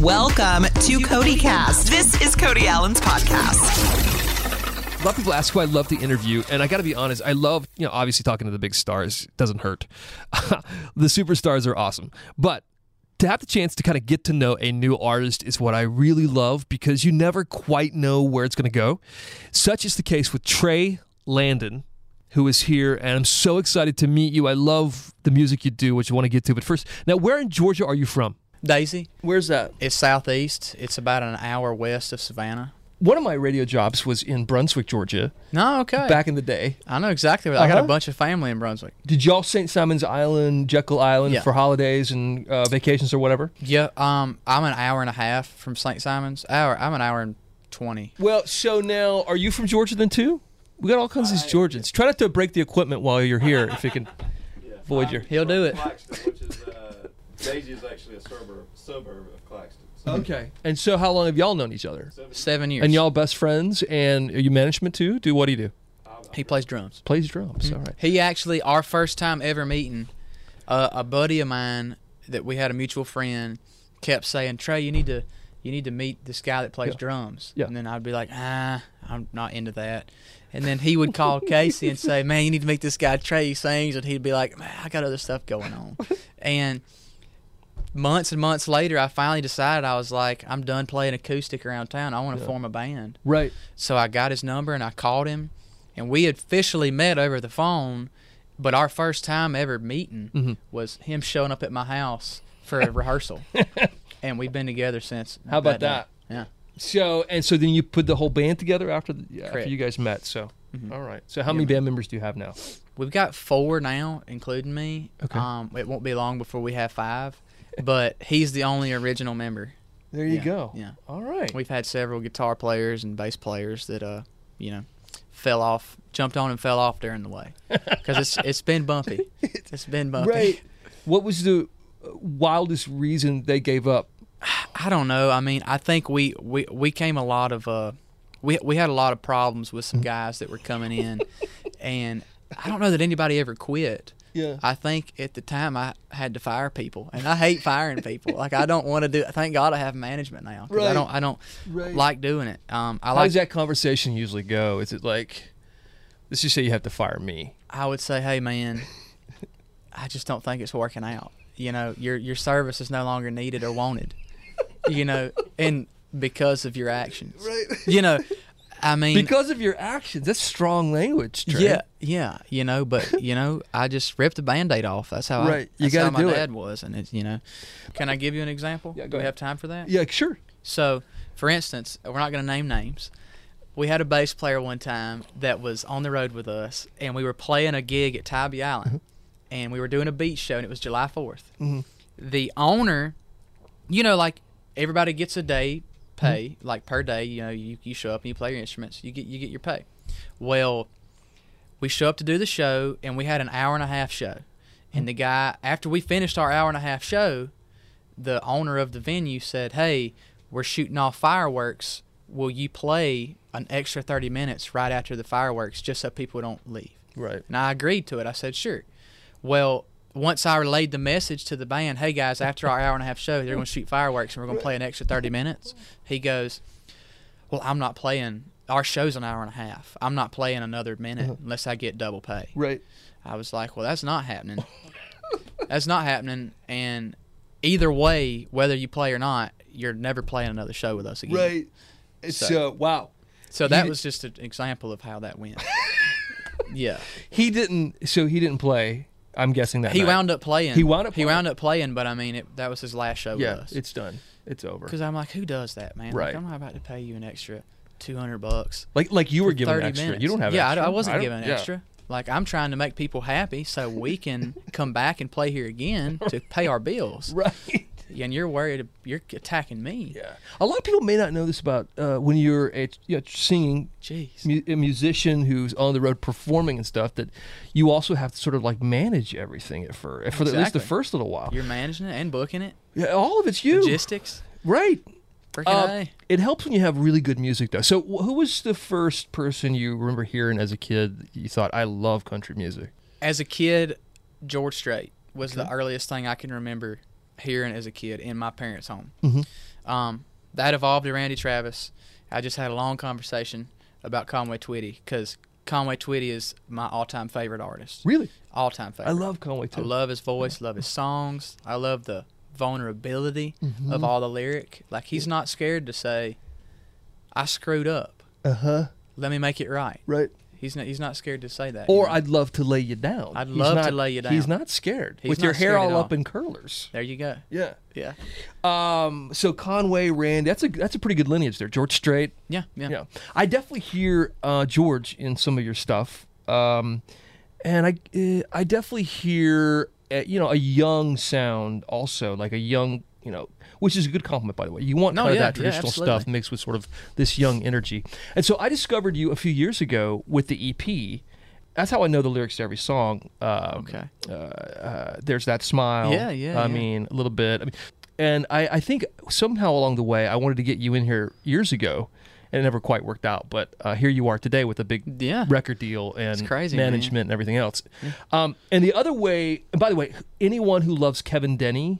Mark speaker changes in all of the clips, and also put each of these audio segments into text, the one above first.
Speaker 1: Welcome to Cody Cast. This is Cody Allen's podcast.
Speaker 2: A lot of people ask who I love to interview, and I got to be honest. I love, you know, obviously talking to the big stars doesn't hurt. the superstars are awesome, but to have the chance to kind of get to know a new artist is what I really love because you never quite know where it's going to go. Such is the case with Trey Landon, who is here, and I'm so excited to meet you. I love the music you do, which I want to get to. But first, now, where in Georgia are you from?
Speaker 3: Daisy.
Speaker 2: Where's that?
Speaker 3: It's southeast. It's about an hour west of Savannah.
Speaker 2: One of my radio jobs was in Brunswick, Georgia,
Speaker 3: No, okay.
Speaker 2: back in the day.
Speaker 3: I know exactly. Where, I got
Speaker 2: Uh-huh.
Speaker 3: a bunch of family in Brunswick.
Speaker 2: Did y'all St. Simon's Island, Jekyll Island
Speaker 3: Yeah.
Speaker 2: for holidays and uh, vacations or whatever?
Speaker 3: Yeah. Um, I'm an hour and a half from St. Simon's. Hour. I'm an hour and twenty.
Speaker 2: Well, so now, are you from Georgia then too? We got all kinds of these Georgians. Try not to break the equipment while you're here if you can avoid your.
Speaker 3: He'll do it.
Speaker 4: Claxton, which is uh, Daisy is actually a suburb suburb of Claxton. So
Speaker 2: Okay. And so, how long have y'all known each other?
Speaker 3: Seven years.
Speaker 2: And y'all best friends? And are you management too? Do what do you do?
Speaker 3: He plays drums.
Speaker 2: Plays drums. All right.
Speaker 3: He actually, our first time ever meeting, uh, a buddy of mine that we had a mutual friend kept saying, "Trey, you need to, you need to meet this guy that plays
Speaker 2: Yeah.
Speaker 3: drums."
Speaker 2: Yeah.
Speaker 3: And then I'd be like, "Ah, I'm not into that." And then he would call Casey and say, "Man, you need to meet this guy Trey. He sings," and he'd be like, "Man, I got other stuff going on." and months and months later, I finally decided I was like, "I'm done playing acoustic around town. I want to form a band."
Speaker 2: Right.
Speaker 3: So I got his number and I called him, and we had officially met over the phone, but our first time ever meeting
Speaker 2: Mm-hmm.
Speaker 3: was him showing up at my house for a rehearsal, and we've been together since.
Speaker 2: How about
Speaker 3: day. Yeah.
Speaker 2: So and so, then you put the whole band together after the, yeah, after
Speaker 3: Correct.
Speaker 2: you guys met. So, all right. So, how many band members do you have now?
Speaker 3: We've got four now, including me.
Speaker 2: Okay.
Speaker 3: Um, it won't be long before we have five, but he's the only original member.
Speaker 2: There you
Speaker 3: Yeah,
Speaker 2: go.
Speaker 3: yeah.
Speaker 2: All right.
Speaker 3: We've had several guitar players and bass players that, uh, you know, fell off, jumped on and fell off during the way, because it's it's been bumpy. It's been bumpy.
Speaker 2: Right. What was the wildest reason they gave up?
Speaker 3: I don't know. I mean, I think we we, we came a lot of uh, we we had a lot of problems with some guys that were coming in, and I don't know that anybody ever quit.
Speaker 2: Yeah.
Speaker 3: I think at the time I had to fire people, and I hate firing people. Like I don't want to do. Thank God I have management now. 'cause
Speaker 2: Right.
Speaker 3: I don't. I don't
Speaker 2: Right.
Speaker 3: like doing it. Um, I
Speaker 2: How
Speaker 3: like.
Speaker 2: does that conversation usually go? Is it like, let's just say you have to fire me?
Speaker 3: I would say, hey man, I just don't think it's working out. You know, your your service is no longer needed or wanted. You know, and because of your actions. Right. You know, I mean,
Speaker 2: Because of your actions. That's strong language, Trey.
Speaker 3: yeah, yeah, you know, but you know, I just ripped the band-aid off. That's how
Speaker 2: Right,
Speaker 3: I,
Speaker 2: you
Speaker 3: that's how
Speaker 2: gotta
Speaker 3: my
Speaker 2: do it.
Speaker 3: dad was, and it's you know, can I give you an example?
Speaker 2: Yeah, go
Speaker 3: do we
Speaker 2: ahead.
Speaker 3: have time for that?
Speaker 2: Yeah, sure.
Speaker 3: So, for instance, we're not going to name names. We had a bass player one time that was on the road with us, and we were playing a gig at Tybee Island, and we were doing a beach show, and it was July 4th. The owner, you know, like everybody gets a day pay, like per day. You know, you, you show up and you play your instruments, you get you get your pay. Well, we show up to do the show, and we had an hour and a half show, and the guy after we finished our hour and a half show, the owner of the venue said, "Hey, we're shooting off fireworks. Will you play an extra 30 minutes right after the fireworks just so people don't leave?"
Speaker 2: Right.
Speaker 3: And I agreed to it. I said, "Sure." Well, once I relayed the message to the band, "Hey guys, after our hour and a half show, they're going to shoot fireworks and we're going to play an extra 30 minutes." He goes, "Well, I'm not playing. Our show's an hour and a half. I'm not playing another
Speaker 2: Uh-huh.
Speaker 3: minute unless I get double pay."
Speaker 2: Right.
Speaker 3: I was like, well, that's not happening. that's not happening. And either way, whether you play or not, you're never playing another show with us again.
Speaker 2: Right. So,
Speaker 3: So-
Speaker 2: wow.
Speaker 3: So that
Speaker 2: You-
Speaker 3: was just an example of how that went. yeah.
Speaker 2: He didn't, so he didn't play, I'm guessing that
Speaker 3: He
Speaker 2: night.
Speaker 3: wound up playing.
Speaker 2: He wound up
Speaker 3: He
Speaker 2: playing.
Speaker 3: wound up playing, but I mean, it, that was his last show
Speaker 2: Yeah,
Speaker 3: with us.
Speaker 2: it's done. It's over.
Speaker 3: Because I'm like, who does that, man?
Speaker 2: Right.
Speaker 3: Like, I'm not about to pay you an extra 200 bucks.
Speaker 2: Like, like you were
Speaker 3: for
Speaker 2: given
Speaker 3: 30
Speaker 2: extra.
Speaker 3: minutes.
Speaker 2: You don't have
Speaker 3: yeah, I d-
Speaker 2: extra.
Speaker 3: I, wasn't
Speaker 2: don't-
Speaker 3: given
Speaker 2: yeah.
Speaker 3: extra. Like I'm trying to make people happy so we can come back and play here again to pay our bills.
Speaker 2: Right.
Speaker 3: and you're worried you're attacking me.
Speaker 2: Yeah. A lot of people may not know this about uh, when you're a, you know, singing,
Speaker 3: Jeez.
Speaker 2: mu- a musician who's on the road performing and stuff, that you also have to sort of like manage everything at for, for at least the
Speaker 3: Exactly.
Speaker 2: first little while.
Speaker 3: You're managing it and booking it.
Speaker 2: Yeah, all of it's you,
Speaker 3: Logistics.
Speaker 2: right?
Speaker 3: Freaking
Speaker 2: Um,
Speaker 3: A.
Speaker 2: it helps when you have really good music, though. So, wh- who was the first person you remember hearing as a kid? that You thought, "I love country music."
Speaker 3: As a kid, George Strait was the earliest thing I can remember hearing as a kid in my parents' home.
Speaker 2: Mm-hmm.
Speaker 3: Um, that evolved to Randy Travis. I just had a long conversation about Conway Twitty because Conway Twitty is my all-time favorite artist.
Speaker 2: Really?
Speaker 3: All-time favorite.
Speaker 2: I love Conway
Speaker 3: I
Speaker 2: too.
Speaker 3: love his voice, love his songs. I love the vulnerability
Speaker 2: Mm-hmm.
Speaker 3: of all the lyric. Like he's not scared to say, "I screwed up.
Speaker 2: uh huh.
Speaker 3: Let me make it right."
Speaker 2: Right.
Speaker 3: He's not. He's not scared to say that. you
Speaker 2: Or
Speaker 3: know?
Speaker 2: I'd love to lay you down.
Speaker 3: I'd
Speaker 2: He's
Speaker 3: love to
Speaker 2: not-
Speaker 3: lay you
Speaker 2: He's
Speaker 3: down.
Speaker 2: not scared.
Speaker 3: He's
Speaker 2: With your
Speaker 3: not
Speaker 2: hair
Speaker 3: scared at
Speaker 2: all up
Speaker 3: all.
Speaker 2: in curlers.
Speaker 3: there you go.
Speaker 2: Yeah.
Speaker 3: Yeah.
Speaker 2: Um. So Conway, Rand. That's a that's a pretty good lineage there. George Strait.
Speaker 3: Yeah. Yeah.
Speaker 2: Yeah. I definitely hear uh, George in some of your stuff. Um, and I uh, I definitely hear uh, you know a young sound also like a young you know which is a good compliment by the way. You want
Speaker 3: No,
Speaker 2: kind of
Speaker 3: yeah,
Speaker 2: that
Speaker 3: yeah,
Speaker 2: traditional stuff
Speaker 3: absolutely.
Speaker 2: mixed with sort of this young energy. And so I discovered you a few years ago with the EP. That's how I know the lyrics to every song. Um,
Speaker 3: Okay.
Speaker 2: uh, uh, there's that smile.
Speaker 3: Yeah, yeah,
Speaker 2: I
Speaker 3: yeah.
Speaker 2: mean, a little bit. I mean, and I, I think somehow along the way, I wanted to get you in here years ago, and it never quite worked out. But uh, here you are today with a big
Speaker 3: Yeah.
Speaker 2: record deal and
Speaker 3: crazy, man.
Speaker 2: management and everything else. Um, and the other way, and by the way, anyone who loves Kevin Denny,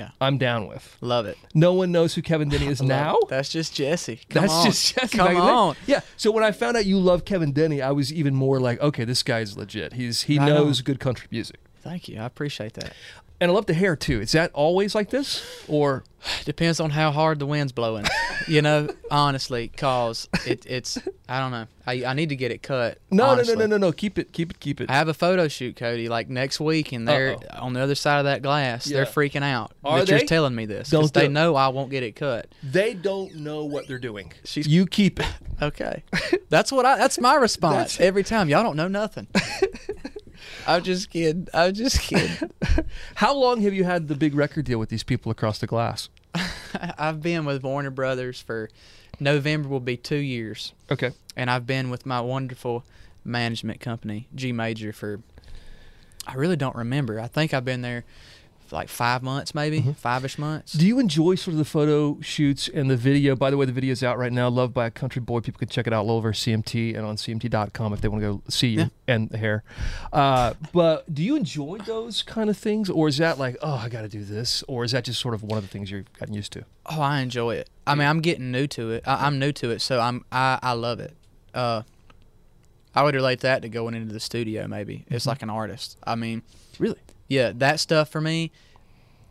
Speaker 3: Yeah.
Speaker 2: I'm down with.
Speaker 3: Love it.
Speaker 2: No one knows who Kevin Denny is now.
Speaker 3: That's just Jesse. Come
Speaker 2: That's
Speaker 3: on.
Speaker 2: just Jesse
Speaker 3: Come
Speaker 2: back then.
Speaker 3: on.
Speaker 2: Yeah. So when I found out you love Kevin Denny, I was even more like, okay, this guy's legit. He's he
Speaker 3: Right on.
Speaker 2: knows good country music.
Speaker 3: Thank you. I appreciate that.
Speaker 2: And I love the hair too. Is that always like this, or
Speaker 3: Depends on how hard the wind's blowing, you know. Honestly, cause it, it's I don't know. I, I need to get it cut.
Speaker 2: no,
Speaker 3: honestly.
Speaker 2: no, no, no, no, no? Keep it, keep it, keep it.
Speaker 3: I have a photo shoot, Cody, like next week, and they're
Speaker 2: Uh-oh.
Speaker 3: on the other side of that glass.
Speaker 2: Yeah.
Speaker 3: They're freaking out
Speaker 2: Are
Speaker 3: that
Speaker 2: they?
Speaker 3: you're telling me this
Speaker 2: Don't
Speaker 3: because they
Speaker 2: do it.
Speaker 3: know I won't get it cut.
Speaker 2: They don't know what they're doing.
Speaker 3: She's-
Speaker 2: you keep it.
Speaker 3: Okay, that's what I. That's my response every time. Y'all don't know nothing. I'm just kidding. I'm just kidding.
Speaker 2: How long have you had the big record deal with these people across the glass?
Speaker 3: I've been with Warner Brothers for November will be two years,
Speaker 2: Okay.
Speaker 3: and I've been with my wonderful management company G Major for. I really don't remember. I think I've been there for like five months, maybe five-ish months.
Speaker 2: Mm-hmm. Do you enjoy sort of the photo shoots and the video? By the way, the video's out right now, Love by a Country Boy. People can check it out all over CMT and on CMT.com if they want to go see you and the hair. Uh, but do you enjoy those kind of things? Or is that like, oh, I got to do this? Or is that just sort of one of the things you've gotten used to?
Speaker 3: Oh, I enjoy it. I mean, I'm getting new to it. I, I'm new to it, so I'm I, I love it. Uh, I would relate that to going into the studio. Maybe
Speaker 2: Mm-hmm.
Speaker 3: it's like an artist. I mean,
Speaker 2: Really?
Speaker 3: yeah, that stuff for me.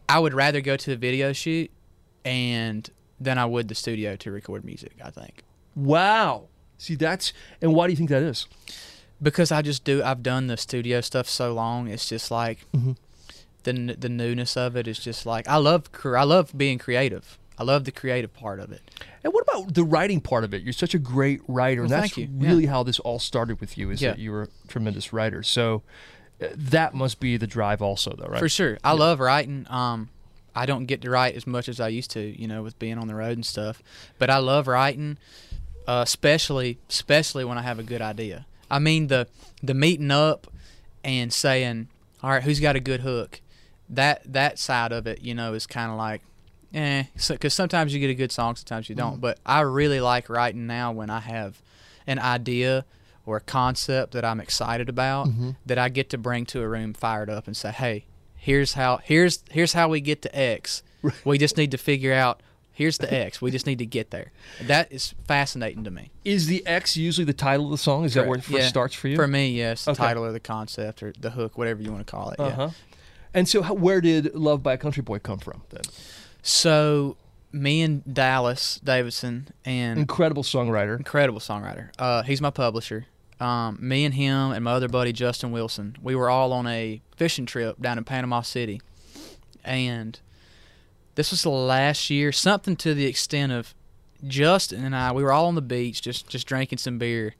Speaker 3: I would rather go to the video shoot, and than I would the studio to record music. I think
Speaker 2: Wow. See, that's, and why do you think that is?
Speaker 3: because I just do. I've done the studio stuff so long. It's just like the n- the newness of it is just like I love. cre- I love being creative. I love the creative part of it.
Speaker 2: And what about the writing part of it? You're such a great writer, and
Speaker 3: Well,
Speaker 2: that's
Speaker 3: thank you. Yeah.
Speaker 2: really how this all started with you. Is
Speaker 3: Yeah.
Speaker 2: that you were a tremendous writer? So uh, that must be the drive, also, though, right?
Speaker 3: For sure. I love writing. Um, I don't get to write as much as I used to, you know, with being on the road and stuff. But I love writing, uh, especially especially when I have a good idea. I mean the the meeting up and saying, all right, who's got a good hook? That that side of it, you know, is kind of like, eh, because sometimes you get a good song, sometimes you don't. But I really like writing now when I have an idea or a concept that I'm excited about that I get to bring to a room fired up and say, "Hey, here's how here's here's how we get to X. We just need to figure out here's the X. We just need to get there." That is fascinating to me.
Speaker 2: Is the X usually the title of the song? Is that where it first
Speaker 3: Yeah.
Speaker 2: starts for you?
Speaker 3: For me, yes, the
Speaker 2: Okay.
Speaker 3: title or the concept or the hook, whatever you want to call it.
Speaker 2: Uh-huh.
Speaker 3: Yeah.
Speaker 2: And so, how, where did "Love by a Country Boy" come from? Then,
Speaker 3: So, me and Dallas Davidson and
Speaker 2: incredible songwriter.
Speaker 3: incredible songwriter. Uh, he's my publisher. Um, me and him and my other buddy Justin Wilson, we were all on a fishing trip down in Panama City, and this was the last year, something to the extent of Justin and I. We were all on the beach, just just drinking some beer,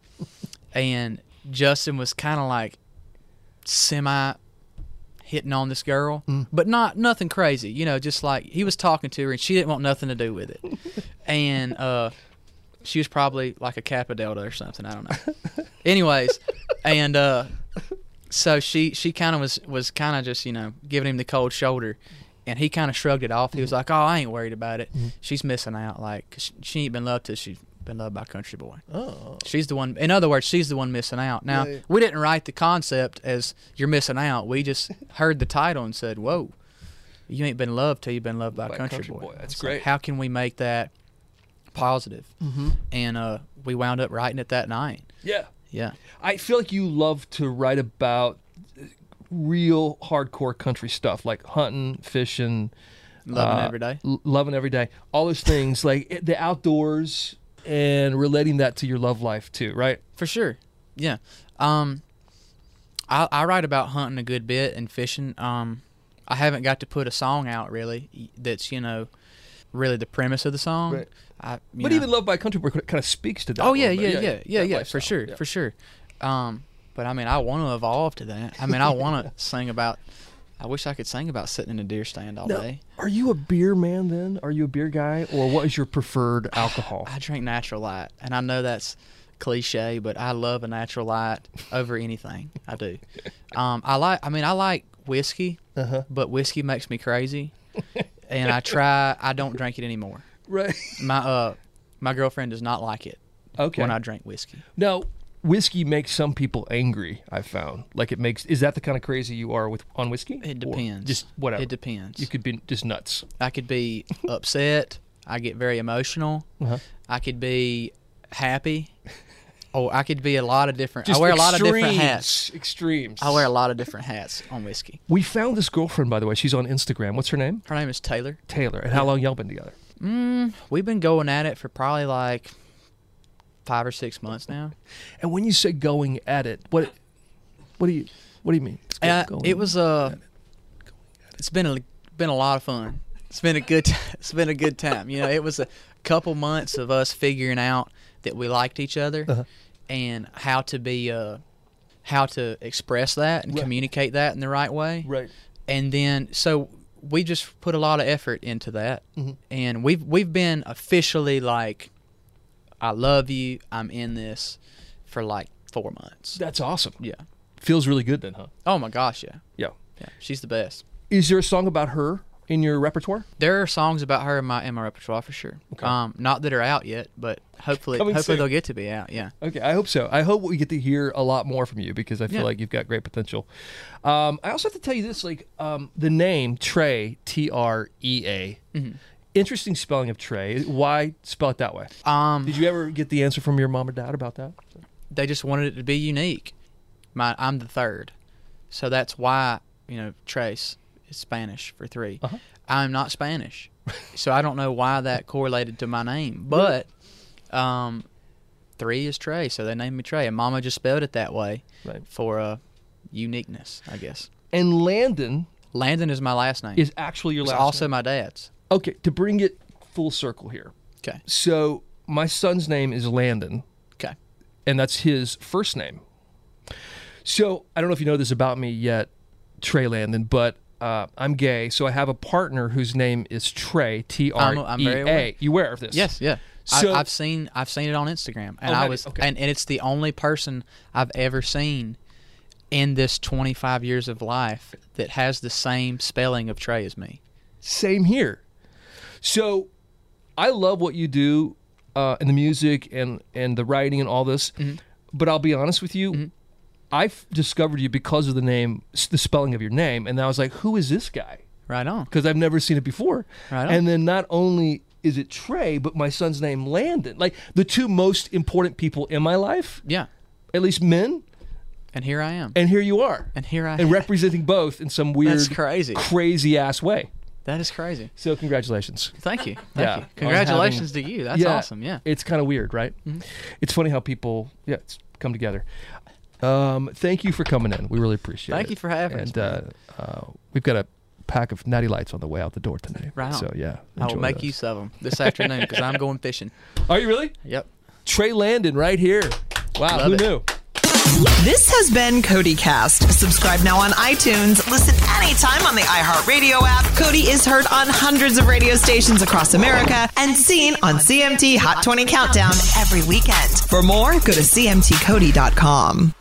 Speaker 3: and Justin was kind of like semi hitting on this girl, but not nothing crazy, you know, just like he was talking to her and she didn't want nothing to do with it, and uh, she was probably like a Kappa Delta or something. I don't know. Anyways, and uh, so she she kind of was was kind of just you know giving him the cold shoulder, and he kind of shrugged it off. He
Speaker 2: Mm-hmm.
Speaker 3: was like, "Oh, I ain't worried about it. She's missing out. Like 'cause she- she ain't been loved till she's been loved by a Country Boy.
Speaker 2: Oh,
Speaker 3: She's the one. In other words, she's the one missing out. Now
Speaker 2: Yeah.
Speaker 3: we didn't write the concept as "you're missing out." We just heard the title and said, "Whoa." you ain't been loved till you've been loved by, a country, boy.
Speaker 2: That's
Speaker 3: It's like,
Speaker 2: great. Mm-hmm.
Speaker 3: how can we make that positive? And uh, we wound up writing it that night.
Speaker 2: yeah.
Speaker 3: Yeah.
Speaker 2: I feel like you love to write about real hardcore country stuff like hunting, fishing,
Speaker 3: Loving
Speaker 2: uh,
Speaker 3: every day.
Speaker 2: l- loving every day, all those things like it- the outdoors and relating that to your love life too, right?
Speaker 3: For sure. Yeah. Um I I write about hunting a good bit and fishing. Um I haven't got to put a song out really y- that's, you know, really the premise of the song.
Speaker 2: Right.
Speaker 3: I you
Speaker 2: But
Speaker 3: know.
Speaker 2: even love by country boy kind of speaks to that.
Speaker 3: Oh
Speaker 2: a
Speaker 3: yeah,
Speaker 2: little
Speaker 3: yeah,
Speaker 2: bit.
Speaker 3: yeah, yeah, yeah,
Speaker 2: that
Speaker 3: for
Speaker 2: lifestyle.
Speaker 3: sure,
Speaker 2: Yeah.
Speaker 3: for sure. Um but I mean, I want to evolve to that. I mean, I want to sing about I wish I could sing about sitting in a deer stand all
Speaker 2: Now,
Speaker 3: day.
Speaker 2: are you a beer man then? Are you a beer guy or what is your preferred alcohol?
Speaker 3: I drink natural light, and I know that's cliche, but I love a natural light over anything. I do. Um, I like. I mean, I like whiskey,
Speaker 2: Uh-huh.
Speaker 3: but whiskey makes me crazy, and I try. I don't drink it anymore.
Speaker 2: right.
Speaker 3: My uh, my girlfriend does not like it
Speaker 2: Okay.
Speaker 3: when I drink whiskey.
Speaker 2: Now, whiskey makes some people angry. I found like it makes. Is that the kind of crazy you are with on whiskey? Or
Speaker 3: It depends.
Speaker 2: just whatever.
Speaker 3: It depends.
Speaker 2: You could be just nuts.
Speaker 3: I could be upset. I get very emotional.
Speaker 2: Uh-huh.
Speaker 3: I could be happy. Or I could be a lot of different.
Speaker 2: Just
Speaker 3: I wear a lot of different
Speaker 2: extremes,
Speaker 3: hats.
Speaker 2: Extremes.
Speaker 3: I wear a lot of different hats on whiskey.
Speaker 2: We found this girlfriend by the way. She's on Instagram. What's her name?
Speaker 3: Her name is Taylor.
Speaker 2: Taylor. And how long y'all been together?
Speaker 3: We've been going at it for probably like five or six months now.
Speaker 2: And when you say going at it, what, what do you, what do you mean? It's go-
Speaker 3: Uh,
Speaker 2: going-
Speaker 3: it was uh, it's been a been a lot of fun. It's been a good t- it's been a good time. You know, it was a couple months of us figuring out that we liked each other and how to be uh, how to express that and
Speaker 2: Right.
Speaker 3: communicate that in the right way.
Speaker 2: right.
Speaker 3: and then so we just put a lot of effort into that and we've we've been officially like i love you i'm in this for like four months
Speaker 2: That's awesome.
Speaker 3: yeah
Speaker 2: Feels really good then, huh?
Speaker 3: oh my gosh yeah
Speaker 2: Yeah.
Speaker 3: yeah she's the best
Speaker 2: Is there a song about her in your repertoire?
Speaker 3: there are songs about her in my in my repertoire for sure um not that are out yet but hopefully
Speaker 2: Coming
Speaker 3: hopefully
Speaker 2: soon.
Speaker 3: they'll get to be out yeah
Speaker 2: Okay, I hope so. I hope we get to hear a lot more from you because I feel
Speaker 3: Yeah.
Speaker 2: like you've got great potential. Um, I also have to tell you this: like um, the name Trey, T R E A. Interesting spelling of Trey. Why spell it that way?
Speaker 3: um
Speaker 2: Did you ever get the answer from your mom or dad about that?
Speaker 3: they just wanted it to be unique. My, I'm the third, so that's why you know Trace is Spanish for 3
Speaker 2: Uh-huh.
Speaker 3: i I'm not Spanish, so I don't know why that correlated to my name, but um, three is Trey, so they named me Trey, and Mama just spelled it that way
Speaker 2: Right.
Speaker 3: for uh, uniqueness, I guess.
Speaker 2: And Landon
Speaker 3: Landon is my last name.
Speaker 2: is actually your
Speaker 3: it's
Speaker 2: last.
Speaker 3: also
Speaker 2: name.
Speaker 3: my dad's.
Speaker 2: okay. To bring it full circle here,
Speaker 3: Okay.
Speaker 2: so my son's name is Landon.
Speaker 3: Okay.
Speaker 2: and that's his first name. So I don't know if you know this about me yet, Trey Landon, but uh, I'm gay, so I have a partner whose name is Trey T R
Speaker 3: I'm- I'm very
Speaker 2: E
Speaker 3: aware.
Speaker 2: A. You aware of this?
Speaker 3: Yes, yeah.
Speaker 2: So-
Speaker 3: I, I've seen I've seen it on Instagram, and
Speaker 2: Oh, have
Speaker 3: I
Speaker 2: you?
Speaker 3: was
Speaker 2: Okay.
Speaker 3: and, and it's the only person I've ever seen in this 25 years of life that has the same spelling of Trey as me.
Speaker 2: Same here. So I love what you do uh, and the music and and the writing and all this,
Speaker 3: Mm-hmm.
Speaker 2: but I'll be honest with you. I've discovered you because of the name, s- the spelling of your name, and I was like, "Who is this guy?"
Speaker 3: Right on.
Speaker 2: because I've never seen it before.
Speaker 3: Right on.
Speaker 2: And then not only is it Trey, but my son's name Landon. Like the two most important people in my life,
Speaker 3: Yeah.
Speaker 2: at least men,
Speaker 3: And here I am.
Speaker 2: and here you are.
Speaker 3: And here I
Speaker 2: and
Speaker 3: am.
Speaker 2: representing both in some weird
Speaker 3: That's crazy.
Speaker 2: crazy ass way.
Speaker 3: That is crazy.
Speaker 2: So congratulations.
Speaker 3: Thank you. Thank
Speaker 2: Yeah,
Speaker 3: you.
Speaker 2: on
Speaker 3: Congratulations to you. That's awesome. Yeah. Mm-hmm.
Speaker 2: It's kind of weird, right? It's funny how people yeah, it's come together. Um, thank you for coming in. We really appreciate it.
Speaker 3: Thank you for having us,
Speaker 2: and, uh, uh, we've got a pack of natty lights on the way out the door today.
Speaker 3: Right on.
Speaker 2: So yeah.
Speaker 3: I will
Speaker 2: enjoy
Speaker 3: make
Speaker 2: those.
Speaker 3: use of them this afternoon because I'm going fishing.
Speaker 2: Are you really?
Speaker 3: Yep.
Speaker 2: Trey Landon right here. Wow,
Speaker 3: Love
Speaker 2: who
Speaker 3: it.
Speaker 2: knew?
Speaker 1: This has been Cody Cast. Subscribe now on iTunes. Listen anytime on the iHeartRadio app. Cody is heard on hundreds of radio stations across America and seen on CMT Hot 20 Countdown every weekend. For more, go to cmtcody.com.